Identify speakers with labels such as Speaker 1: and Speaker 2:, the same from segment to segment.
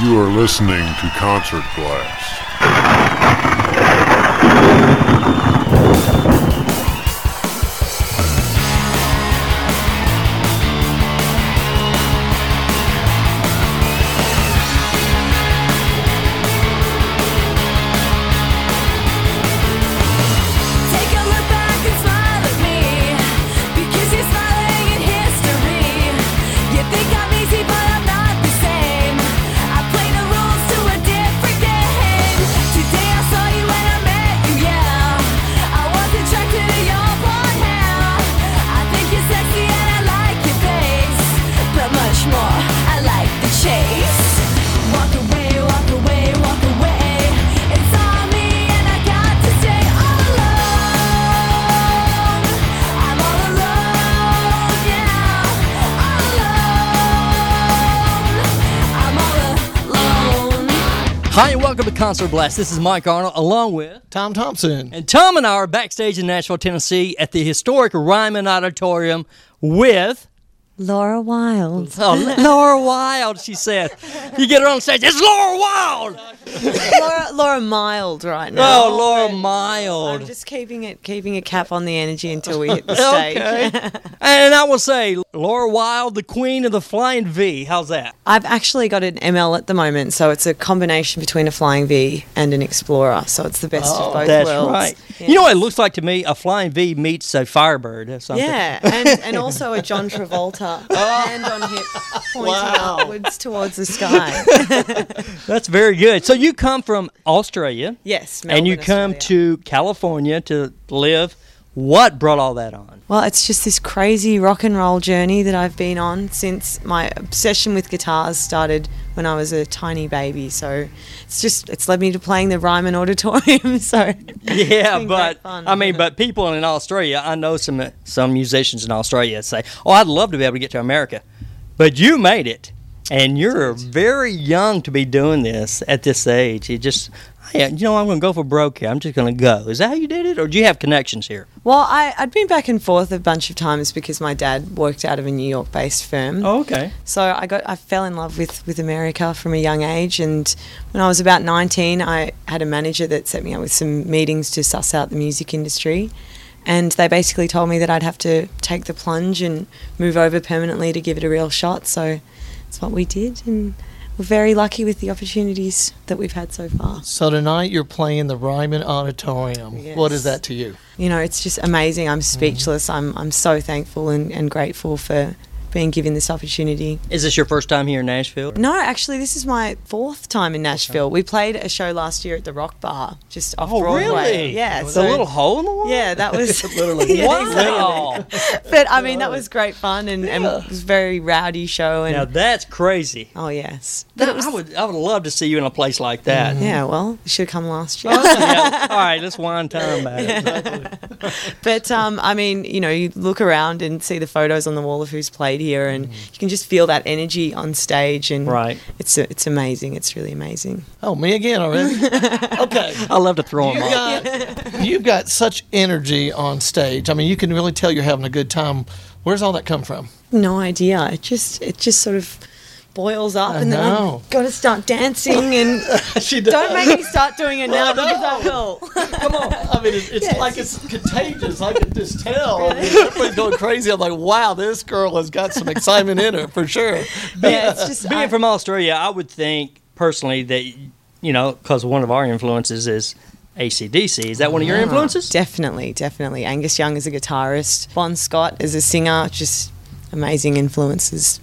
Speaker 1: You are listening to Concert Blast.
Speaker 2: Take a look back and smile at me, because you're smiling in history. You think I'm easy, but I'm not the same. I play the rules to a different game. Today I saw you and I met you, yeah. I was attracted to your blonde hair. I think you're sexy and I like your face, but much more I like the chase. Walk away, walk away, walk away. It's on me and I got to stay all alone. I'm all alone, yeah. All alone. I'm all alone.
Speaker 3: Hi, and welcome to Concert Blast. This is Mike Arnold, along with
Speaker 4: Tom Thompson.
Speaker 3: and Tom and I are backstage in Nashville, Tennessee, at the historic Ryman Auditorium with
Speaker 5: Laura Wild.
Speaker 3: oh, Laura Wild. She said, "You get her on stage. It's Laura Wild.
Speaker 5: Laura, Laura Mild right now.
Speaker 3: Oh, Laura
Speaker 5: I'm
Speaker 3: Mild."
Speaker 5: just keeping it keeping a cap on the energy until we hit the stage.
Speaker 3: Okay. and I will say, Laura Wild, the queen of the flying V. How's that?
Speaker 5: I've actually got an ML at the moment, so it's a combination between a flying V and an Explorer, so it's the best of both
Speaker 3: Oh, That's
Speaker 5: worlds.
Speaker 3: right.
Speaker 5: Yeah.
Speaker 3: You know what it looks like to me? A flying V meets a Firebird or something.
Speaker 5: yeah, and, and also a John Travolta hand on hip pointing outwards towards the sky.
Speaker 3: That's very good. So you come from Australia.
Speaker 5: Yes,
Speaker 3: and you
Speaker 5: Melbourne,
Speaker 3: come
Speaker 5: Australia.
Speaker 3: to California to live. What brought all that on?
Speaker 5: Well, it's just this crazy rock and roll journey that I've been on since my obsession with guitars started when I was a tiny baby. So it's just it's led me to playing the Ryman Auditorium. So
Speaker 3: Yeah,
Speaker 5: been great
Speaker 3: but
Speaker 5: fun.
Speaker 3: I mean, but people in Australia, I know some some musicians in Australia that say, "Oh, I'd love to be able to get to America," but you made it, and you're very young to be doing this at this age. You just, yeah, you know, I'm going to go for broke here. I'm just going to go. Is that how you did it, or do you have connections here?
Speaker 5: well, I, I'd been back and forth a bunch of times because my dad worked out of a New York-based firm.
Speaker 3: okay.
Speaker 5: So I got I fell in love with with America from a young age, and when I was about 19, I had a manager that set me up with some meetings to suss out the music industry, and they basically told me that I'd have to take the plunge and move over permanently to give it a real shot. So that's what we did, and we're very lucky with the opportunities that we've had so far.
Speaker 4: So tonight you're playing the Ryman Auditorium. What is
Speaker 5: Yes.
Speaker 4: that to you?
Speaker 5: You know, it's just amazing. I'm speechless. I'm I'm so thankful and, and grateful for being given this opportunity.
Speaker 3: Is this your first time here in Nashville?
Speaker 5: No, actually, this is my fourth time in Nashville. We played a show last year at the Rock Bar, just off
Speaker 3: Oh,
Speaker 5: Broadway. Yeah,
Speaker 3: It's a little hole in the wall.
Speaker 5: Yeah, that was literally.
Speaker 3: Wow.
Speaker 5: But I mean, that was great fun and, and it was a very rowdy show. And
Speaker 3: now that's crazy.
Speaker 5: oh yes,
Speaker 3: That- I would I would love to see you in a place like that.
Speaker 5: yeah. Well, you should have come last year.
Speaker 3: Yeah. All right, let's wind time back.
Speaker 5: But um, I mean, you know, you look around and see the photos on the wall of who's played here, and you can just feel that energy on stage. And
Speaker 3: Mm. Right.
Speaker 5: it's it's amazing. It's really amazing.
Speaker 4: Oh, me again already? okay.
Speaker 3: I love to throw them
Speaker 4: You've
Speaker 3: off.
Speaker 4: got, you've got such energy on stage. I mean, you can really tell you're having a good time. Where's all that come from?
Speaker 5: No idea. It just it just sort of boils up, and then
Speaker 4: know.
Speaker 5: I've got to start dancing. And
Speaker 4: She
Speaker 5: don't make me start doing it now because I will.
Speaker 4: Come on. I mean, it's, it's like it's contagious. I can just tell. I mean, everybody's going crazy. I'm like, wow, this girl has got some excitement in her for sure.
Speaker 5: yeah, it's just
Speaker 3: Being
Speaker 5: I-
Speaker 3: from Australia, I would think personally that you know because one of our influences is ACDC. Is that one of your influences?
Speaker 5: definitely, definitely. Angus Young is a guitarist. Bon Scott is a singer. Just amazing influences.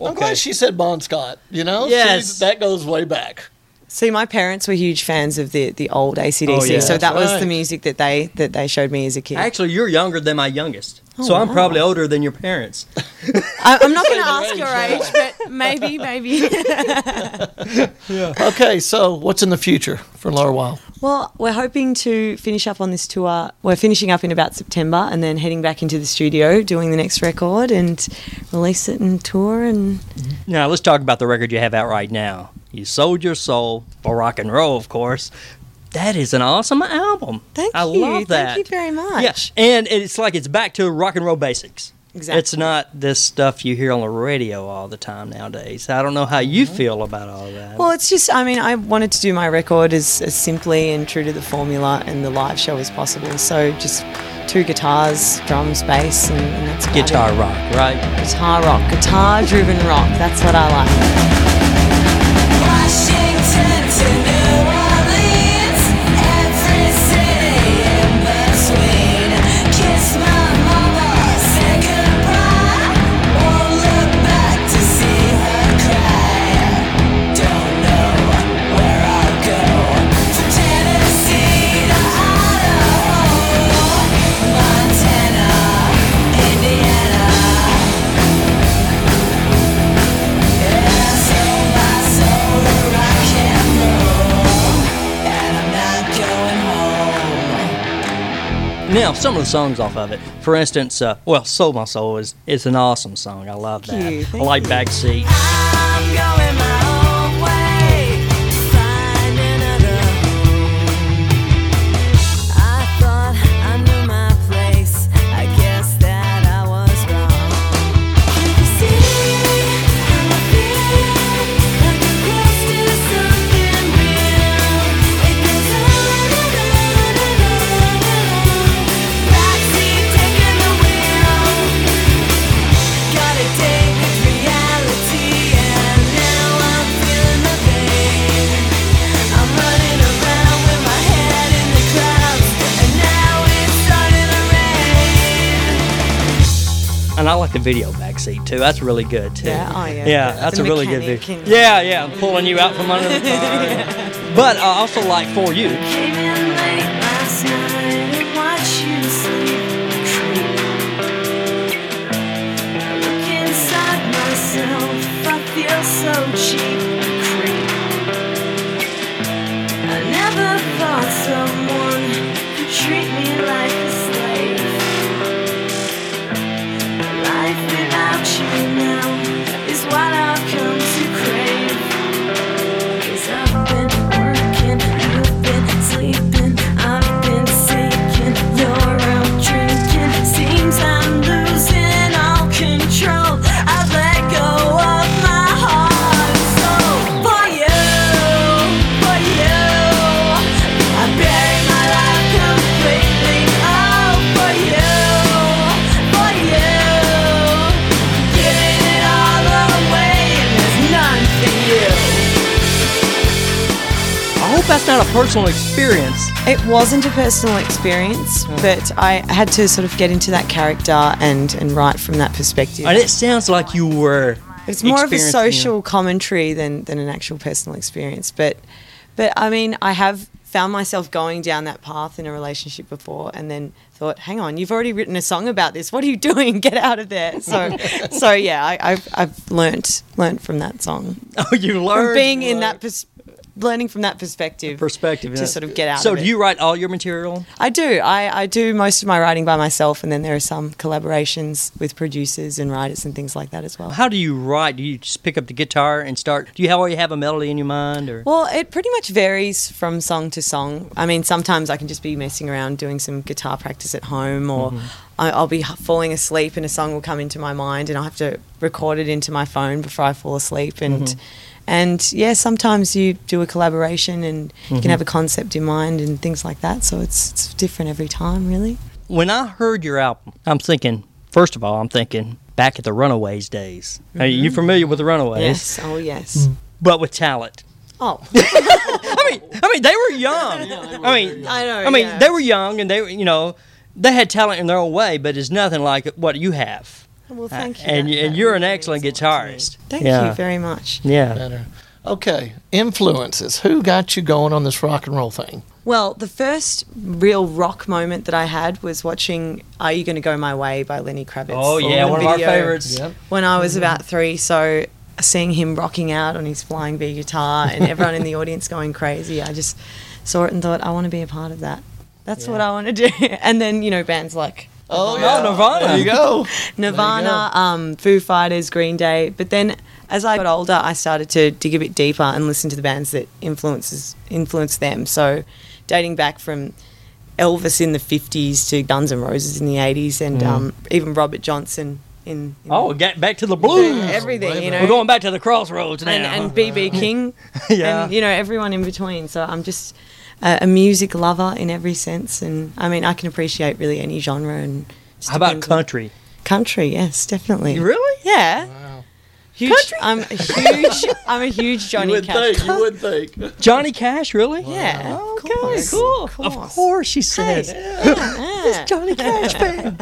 Speaker 4: I'm glad she said Bon Scott. You know,
Speaker 3: Yes.
Speaker 4: She's- that goes way back.
Speaker 5: See, my parents were huge fans of the the old ACDC,
Speaker 3: Oh, yeah.
Speaker 5: so that
Speaker 4: That's
Speaker 5: was
Speaker 4: right.
Speaker 5: the music that they that they showed me as a kid.
Speaker 3: Actually, you're younger than my youngest, so I'm
Speaker 5: wow.
Speaker 3: probably older than your parents.
Speaker 5: I, I'm not going to
Speaker 4: age,
Speaker 5: ask your
Speaker 4: yeah.
Speaker 5: age, but maybe, maybe.
Speaker 4: Okay, so what's in the future for Laura Wild?
Speaker 5: Well, we're hoping to finish up on this tour. We're finishing up in about September and then heading back into the studio doing the next record and release it and tour and
Speaker 3: Now let's talk about the record you have out right now. You sold your soul for rock and roll, of course. That is an awesome album.
Speaker 5: thank
Speaker 3: I
Speaker 5: you.
Speaker 3: love that.
Speaker 5: Thank you very much.
Speaker 3: Yes, and it's like it's back to rock and roll basics.
Speaker 5: Exactly.
Speaker 3: It's not this stuff you hear on the radio all the time nowadays. I don't know how you feel about all that.
Speaker 5: Mm-hmm. Well, it's just, I mean, I wanted to do my record as, as simply and true to the formula and the live show as possible. So just two guitars, drums, bass, and, and that's about
Speaker 3: Guitar
Speaker 5: it.
Speaker 3: rock, right?
Speaker 5: Guitar rock. Guitar driven rock. That's what I like.
Speaker 2: Washington to New Orleans, every city in between. Kiss my mama, say goodbye. Won't look back to see her cry. Don't know where I'll go. From Tennessee to Idaho, Montana, Indiana. Yeah, so my soul, rock and roll, and I'm not going home.
Speaker 3: Now, some of the songs off of it. For instance, uh, well, Soul My Soul is it's an awesome song. I love
Speaker 5: Thank
Speaker 3: that.
Speaker 5: you,
Speaker 3: I
Speaker 5: thank
Speaker 3: like
Speaker 5: you.
Speaker 3: Backseat.
Speaker 2: I'm going my own way, find another home. I thought I knew my place. I guess that I was wrong. You see how I feel? Like I'm close to something real. It goes on and on and on and on. Backseat taking the wheel. Got a date with reality, and now I'm feeling the pain. I'm running around with my head in the clouds, and now it's starting to rain.
Speaker 3: And I like the video backseat too. That's really good too.
Speaker 5: Yeah, oh, yeah.
Speaker 3: Yeah,
Speaker 5: The
Speaker 3: that's a really good
Speaker 5: mechanic
Speaker 3: video.
Speaker 5: and-
Speaker 3: Yeah, yeah, I'm pulling you out from under the car. But I also like For You.
Speaker 2: Came in late last night and watched you sleep. I look inside myself, I feel so cheap. I never thought someone could treat me like a slave. Life without you now is what I've come to crave. Cause I've been working, you've been sleeping, I've been seeking, you're out drinking. Seems I'm losing all control. I've let go of my heart. So for you, for you, I bury my life completely. Oh, for you, for you, giving it all away, and there's none for you.
Speaker 3: I hope that's not a personal experience.
Speaker 5: It wasn't a personal experience,
Speaker 3: Mm.
Speaker 5: but I had to sort of get into that character and, and write from that perspective.
Speaker 3: And it sounds like you were.
Speaker 5: It's more of a
Speaker 3: experiencing it.
Speaker 5: social commentary than, than an actual personal experience. But but I mean, I have found myself going down that path in a relationship before and then thought, hang on, you've already written a song about this. What are you doing? Get out of there. So so yeah, I, I've I've learnt learnt from that song.
Speaker 3: Oh, you learned
Speaker 5: From being in that pers- learning from that perspective.
Speaker 3: perspective
Speaker 5: to
Speaker 3: yeah.
Speaker 5: sort of get out
Speaker 3: So
Speaker 5: of
Speaker 3: do
Speaker 5: it.
Speaker 3: you write all your material?
Speaker 5: I do. I, I do most of my writing by myself and then there are some collaborations with producers and writers and things like that as well.
Speaker 3: How do you write? Do you just pick up the guitar and start? Do you already have a melody in your mind, or
Speaker 5: Well, it pretty much varies from song to song. I mean, sometimes I can just be messing around doing some guitar practice at home, or I, I'll be h- falling asleep and a song will come into my mind, and I will have to record it into my phone before I fall asleep. And and yeah, sometimes you do a collaboration and you can have a concept in mind and things like that. So it's it's different every time, really.
Speaker 3: when I heard your album, I'm thinking. First of all, I'm thinking back at the Runaways days. Are you familiar with the Runaways?
Speaker 5: Mm-hmm. Yes. Oh yes.
Speaker 3: But with talent.
Speaker 5: Oh,
Speaker 3: I mean, I mean, they were young. I mean,
Speaker 5: I know.
Speaker 3: I mean,
Speaker 5: yeah.
Speaker 3: they were young and they, were, you know, they had talent in their own way, but it's nothing like what you have.
Speaker 5: Well, thank you.
Speaker 3: and
Speaker 5: That-
Speaker 3: you- and
Speaker 5: that
Speaker 3: you're an
Speaker 5: really means
Speaker 3: excellent
Speaker 5: a lot to me.
Speaker 3: guitarist.
Speaker 5: Thank
Speaker 3: Yeah.
Speaker 5: you very much.
Speaker 3: Yeah.
Speaker 4: Better. Okay, influences. Who got you going on this rock and roll thing?
Speaker 5: Well, the first real rock moment that I had was watching "Are You Going to Go My Way" by Lenny Kravitz.
Speaker 3: Oh yeah,
Speaker 5: on
Speaker 3: one of our
Speaker 5: video
Speaker 3: favorites.
Speaker 5: When I was about three, so seeing him rocking out on his flying V guitar and everyone in the audience going crazy, I just saw it and thought, I want to be a part of that. That's what I want to do. And then you know, bands like
Speaker 4: Oh,
Speaker 3: Oh, Nirvana.
Speaker 4: There you go.
Speaker 5: Nirvana, um, Foo Fighters, Green Day. But then as I got older, I started to dig a bit deeper and listen to the bands that influences influenced them. So dating back from Elvis in the 50s to Guns N' Roses in the 80s and um, even Robert Johnson in, in
Speaker 3: Mm. Oh, get back to the blues.
Speaker 5: everything, you know.
Speaker 3: We're going back to the crossroads now.
Speaker 5: and, and BB King,
Speaker 3: Yeah.
Speaker 5: and you know everyone in between. So I'm just a, a music lover in every sense, and I mean I can appreciate really any genre. And just
Speaker 3: How about
Speaker 5: depends on-
Speaker 3: country?
Speaker 5: country? Yes, definitely.
Speaker 3: Really?
Speaker 5: Yeah. Huge,
Speaker 3: Country?
Speaker 5: I'm a huge. I'm a huge
Speaker 4: You
Speaker 5: Johnny
Speaker 4: would
Speaker 5: Cash.
Speaker 4: think. You would think.
Speaker 3: Johnny Cash, really?
Speaker 5: Yeah.
Speaker 3: Okay,
Speaker 5: of course.
Speaker 3: cool.
Speaker 5: Of
Speaker 3: Of
Speaker 5: course.
Speaker 3: course, she says.
Speaker 5: Yeah.
Speaker 3: Johnny Cash fan.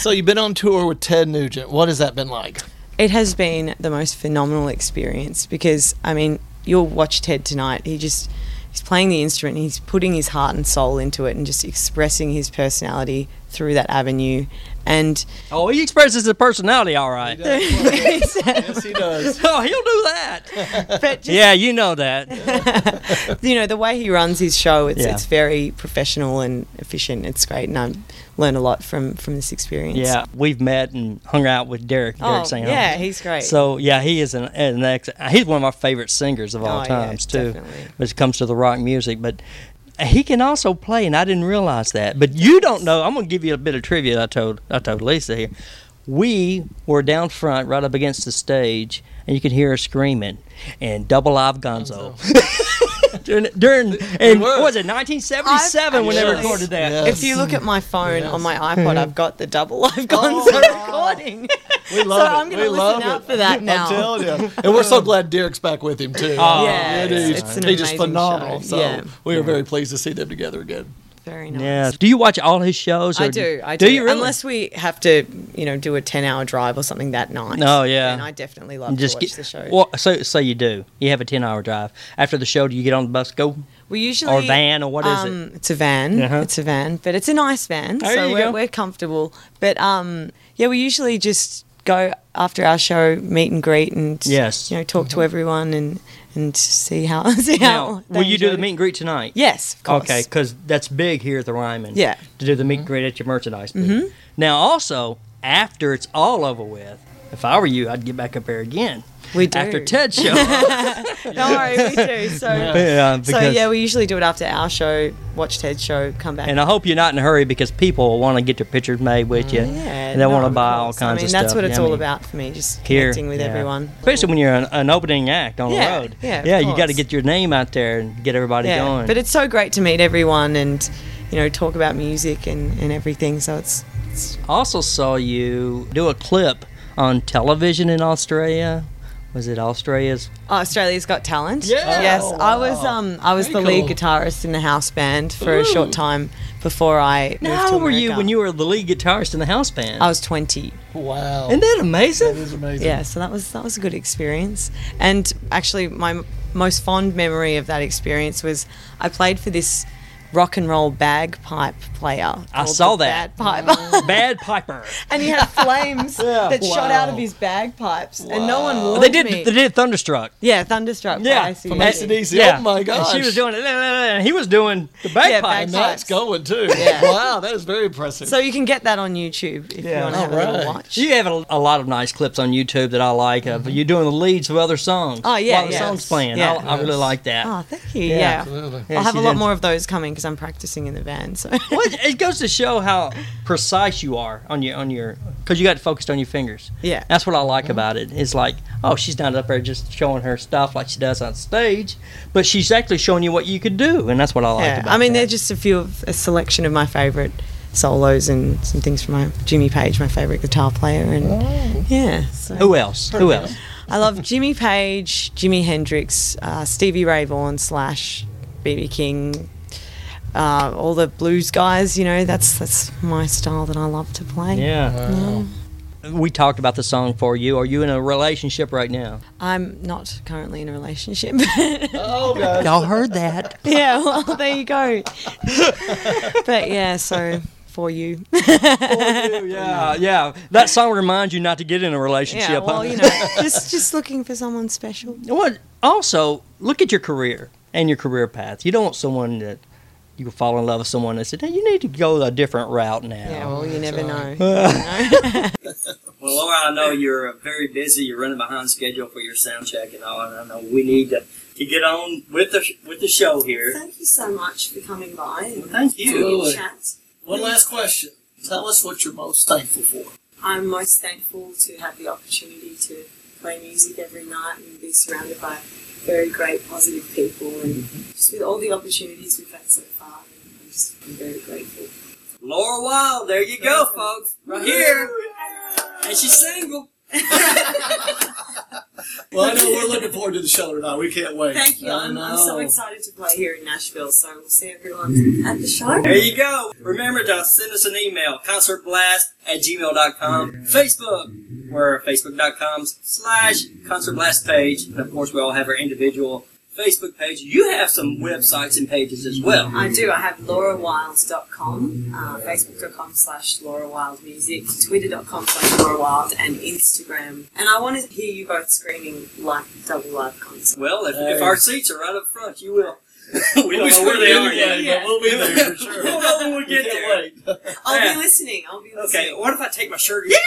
Speaker 4: So you've been on tour with Ted Nugent. What has that been like?
Speaker 5: It has been the most phenomenal experience because I mean, you'll watch Ted tonight. He just he's playing the instrument. And he's putting his heart and soul into it and just expressing his personality through that avenue. And
Speaker 3: Oh, he expresses his personality all right.
Speaker 4: Yes, he does.
Speaker 3: Oh, he'll do that.
Speaker 5: but just,
Speaker 3: yeah, you know that.
Speaker 5: you know the way he runs his show, it's
Speaker 3: Yeah.
Speaker 5: it's very professional and efficient. It's great, and I've learned a lot from from this experience.
Speaker 3: Yeah, we've met and hung out with Derek.
Speaker 5: Oh,
Speaker 3: Derek Sam.
Speaker 5: yeah, he's great.
Speaker 3: So yeah, he is an, an ex. He's one of my favorite singers of all
Speaker 5: Oh, yeah,
Speaker 3: times too,
Speaker 5: definitely.
Speaker 3: when it comes to the rock music. But he can also play, and I didn't realize that. But you don't know. I'm gonna give you a bit of trivia. that I told I told Lisa here. We were down front, right up against the stage, and you could hear her screaming and double live Gonzo. during during and what
Speaker 4: were.
Speaker 3: was it 1977 when they
Speaker 5: Yes.
Speaker 3: recorded that?
Speaker 4: Yes.
Speaker 5: If you look at my phone on my iPod, I've got the double. I've gone
Speaker 4: Oh,
Speaker 5: so
Speaker 4: wow.
Speaker 5: recording.
Speaker 4: We
Speaker 5: So
Speaker 4: love it.
Speaker 5: I'm going
Speaker 4: we
Speaker 5: to
Speaker 4: love
Speaker 5: listen out
Speaker 4: it.
Speaker 5: for that now.
Speaker 4: I'm telling you. And we're so glad Derek's back with him too.
Speaker 3: Oh,
Speaker 5: yeah,
Speaker 4: It is.
Speaker 5: it's, it's
Speaker 4: He's
Speaker 5: an amazing
Speaker 4: just phenomenal.
Speaker 5: Show.
Speaker 4: So
Speaker 5: Yeah,
Speaker 4: we are very pleased to see them together again.
Speaker 5: very nice.
Speaker 3: Yes. Do you watch all his shows?
Speaker 5: I
Speaker 3: or
Speaker 5: do. I do.
Speaker 3: do. you really?
Speaker 5: Unless we have to, you know, do a ten-hour drive or something that night.
Speaker 3: Oh, yeah.
Speaker 5: And I definitely love
Speaker 3: just
Speaker 5: to watch
Speaker 3: get,
Speaker 5: the show.
Speaker 3: Well, so so you do. You have a ten hour drive after the show. Do you get on the bus? Go.
Speaker 5: we usually
Speaker 3: or van, or what is it?
Speaker 5: um, It's a van.
Speaker 3: Uh-huh.
Speaker 5: It's a van, but it's a nice van,
Speaker 3: There
Speaker 5: so
Speaker 3: you
Speaker 5: we're,
Speaker 3: go.
Speaker 5: we're comfortable. But um, yeah, we usually just go after our show, meet and greet, and
Speaker 3: Yes. Mm-hmm.
Speaker 5: you know, talk to everyone and and see how see
Speaker 3: Now,
Speaker 5: how. they
Speaker 3: will you do
Speaker 5: enjoyed
Speaker 3: the
Speaker 5: it.
Speaker 3: meet and greet tonight?
Speaker 5: Yes, of course.
Speaker 3: Okay, because that's big here at the Ryman.
Speaker 5: Yeah. Mm-hmm.
Speaker 3: To do the meet and greet at your merchandise booth. Now, also after it's all over with, if I were you, I'd get back up there again.
Speaker 5: We do.
Speaker 3: after Ted's show.
Speaker 5: Don't worry, we do. So
Speaker 3: yeah,
Speaker 5: So yeah, we usually do it after our show, watch Ted's show, come back.
Speaker 3: and I hope you're not in a hurry because people will want to get their pictures made with you.
Speaker 5: Mm, yeah,
Speaker 3: and they
Speaker 5: no,
Speaker 3: want to
Speaker 5: of
Speaker 3: buy all
Speaker 5: course.
Speaker 3: kinds
Speaker 5: I mean,
Speaker 3: of
Speaker 5: that's
Speaker 3: stuff.
Speaker 5: what
Speaker 3: Yeah,
Speaker 5: it's
Speaker 3: I
Speaker 5: all
Speaker 3: mean,
Speaker 5: about for me, just
Speaker 3: here,
Speaker 5: connecting with
Speaker 3: yeah.
Speaker 5: everyone.
Speaker 3: Especially when you're an, an opening act on
Speaker 5: Yeah,
Speaker 3: the road.
Speaker 5: yeah, of
Speaker 3: yeah, you got to
Speaker 5: course.
Speaker 3: get your name out there and get everybody
Speaker 5: yeah,
Speaker 3: going.
Speaker 5: but it's so great to meet everyone and you know talk about music and, and everything. So it's
Speaker 3: also saw you do a clip on television in Australia. Was it Australia's?
Speaker 5: oh, Australia's Got Talent.
Speaker 4: Yeah.
Speaker 5: Yes,
Speaker 4: Oh,
Speaker 5: I was um I was
Speaker 4: Very
Speaker 5: the lead
Speaker 4: cool.
Speaker 5: guitarist in the house band for a short time before I moved
Speaker 3: How
Speaker 5: to
Speaker 3: old were you
Speaker 5: America.
Speaker 3: when you were the lead guitarist in the house band?
Speaker 5: I was twenty.
Speaker 4: Wow.
Speaker 3: Isn't that amazing?
Speaker 4: that is amazing.
Speaker 5: yeah so that was that was a good experience and actually my m- most fond memory of that experience was i played for this rock and roll bagpipe player
Speaker 3: I
Speaker 5: called
Speaker 3: saw
Speaker 5: the
Speaker 3: that.
Speaker 5: bagpipe
Speaker 3: Bad Piper.
Speaker 5: and he had flames that shot out of
Speaker 4: Wow.
Speaker 5: his bagpipes and no one warned
Speaker 3: they did.
Speaker 5: me Oh,
Speaker 3: They did Thunderstruck.
Speaker 5: yeah thunderstruck
Speaker 3: Yeah,
Speaker 5: by E. AC/DC.
Speaker 4: From AC/DC.
Speaker 3: Yeah.
Speaker 4: Oh my
Speaker 3: And
Speaker 4: gosh.
Speaker 3: she was doing it, and he was doing the bagpipes.
Speaker 5: bagpipes.
Speaker 4: And that's going too.
Speaker 5: Yeah.
Speaker 4: Wow, that is very impressive.
Speaker 5: so you can get that on youtube if you want to have a
Speaker 4: Alright.
Speaker 5: little watch
Speaker 3: you have a, a lot of nice clips on YouTube that I like of you doing the leads of other songs.
Speaker 5: Mm-hmm. Oh, yeah,
Speaker 3: while the
Speaker 5: yeah.
Speaker 3: songs playing.
Speaker 5: Yeah.
Speaker 3: I, I really like that.
Speaker 5: oh thank you
Speaker 3: Yeah.
Speaker 5: yeah,
Speaker 4: Absolutely.
Speaker 3: Yeah,
Speaker 5: i'll have
Speaker 3: she
Speaker 5: a lot
Speaker 3: did.
Speaker 5: more of those coming because i'm practicing in the van so
Speaker 3: Well, it- it goes to show how precise you are on your on your because you got it focused on your fingers.
Speaker 5: Yeah.
Speaker 3: that's what I like
Speaker 5: Mm-hmm.
Speaker 3: about it. It's like, oh, she's not up there just showing her stuff like she does on stage, but she's actually showing you what you could do, and that's what I like
Speaker 5: Yeah,
Speaker 3: about.
Speaker 5: I
Speaker 3: that.
Speaker 5: mean, they're just a few of a selection of my favorite solos and some things from my Jimmy Page, my favorite guitar player, and
Speaker 3: Oh.
Speaker 5: yeah. So
Speaker 3: who else? Who else?
Speaker 5: I love Jimmy Page, Jimi Hendrix, uh, Stevie Ray Vaughan slash BB King, uh, all the blues guys. You know, that's that's my style that I love to play.
Speaker 3: Yeah. We talked about the song for you. Are you in a relationship right now?
Speaker 5: I'm not currently in a relationship.
Speaker 4: Oh, gosh.
Speaker 3: Y'all heard that.
Speaker 5: yeah, well, there you go. but yeah, so for you.
Speaker 3: yeah, yeah. That song reminds you not to get in a relationship.
Speaker 5: Yeah,
Speaker 3: huh?
Speaker 5: well, you know, just just looking for someone special.
Speaker 3: Well, also look at your career and your career path. You don't want someone that you can fall in love with someone that said, "Hey, you need to go a different route now."
Speaker 5: Yeah, well, you never know.
Speaker 6: Well, Laura, I know you're uh, very busy. You're running behind schedule for your sound check and all, and I know we need to, to get on with the with the show here.
Speaker 5: Thank you so much for coming by.
Speaker 6: Thank you.
Speaker 4: One last question. Tell us what you're most thankful for.
Speaker 5: I'm most thankful to have the opportunity to play music every night and be surrounded by very great, positive people, and just with all the opportunities we've had so far, I'm just I'm very grateful.
Speaker 3: Laura Wild, there you go, folks. Right here. And she's single.
Speaker 7: Well, I know we're looking forward to the show tonight. We can't wait.
Speaker 5: Thank you.
Speaker 7: I
Speaker 5: I'm, I'm so
Speaker 7: know.
Speaker 5: excited to play here in Nashville, so we'll see everyone at the show.
Speaker 3: There you go. Remember to send us an email, concertblast at gmail.com. Facebook, we're facebook.com slash concertblast page. And of course, we all have our individual Facebook page. You have some websites and pages as well.
Speaker 5: I do. I have laurawild.com, uh, facebook.com slash Laura Wild Music, twitter.com slash Laura Wild, and Instagram. And I want to hear you both screaming like double live concerts.
Speaker 3: Well, if, if our seats are right up front, you will. we
Speaker 7: We'll
Speaker 3: don't
Speaker 7: be
Speaker 3: know where they
Speaker 7: screaming
Speaker 3: are yet.
Speaker 7: anyway, but we'll be there for sure.
Speaker 3: We'll know when we get there.
Speaker 7: can't wait.
Speaker 5: I'll
Speaker 3: Yeah.
Speaker 5: be listening. I'll be
Speaker 3: Okay,
Speaker 5: listening.
Speaker 3: what if I take my shirt yeah!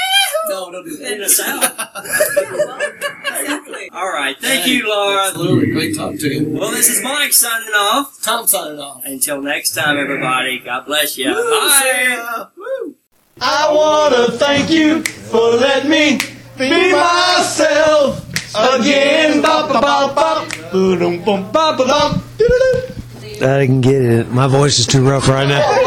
Speaker 7: No, don't do
Speaker 3: in the
Speaker 7: that.
Speaker 3: south?
Speaker 5: Yeah, well, exactly.
Speaker 3: All right, thank you, Laura.
Speaker 7: Absolutely. Great talk to you.
Speaker 3: Well, this is Mike signing off.
Speaker 7: Tom signing off.
Speaker 3: Until next time, everybody, God bless you. Bye.
Speaker 7: Bye.
Speaker 4: I wanna thank you for letting me be myself again. Bop, bop, bop, bop. Boom, boom, bop, bop, bop.
Speaker 8: I didn't get it. My voice is too rough right now.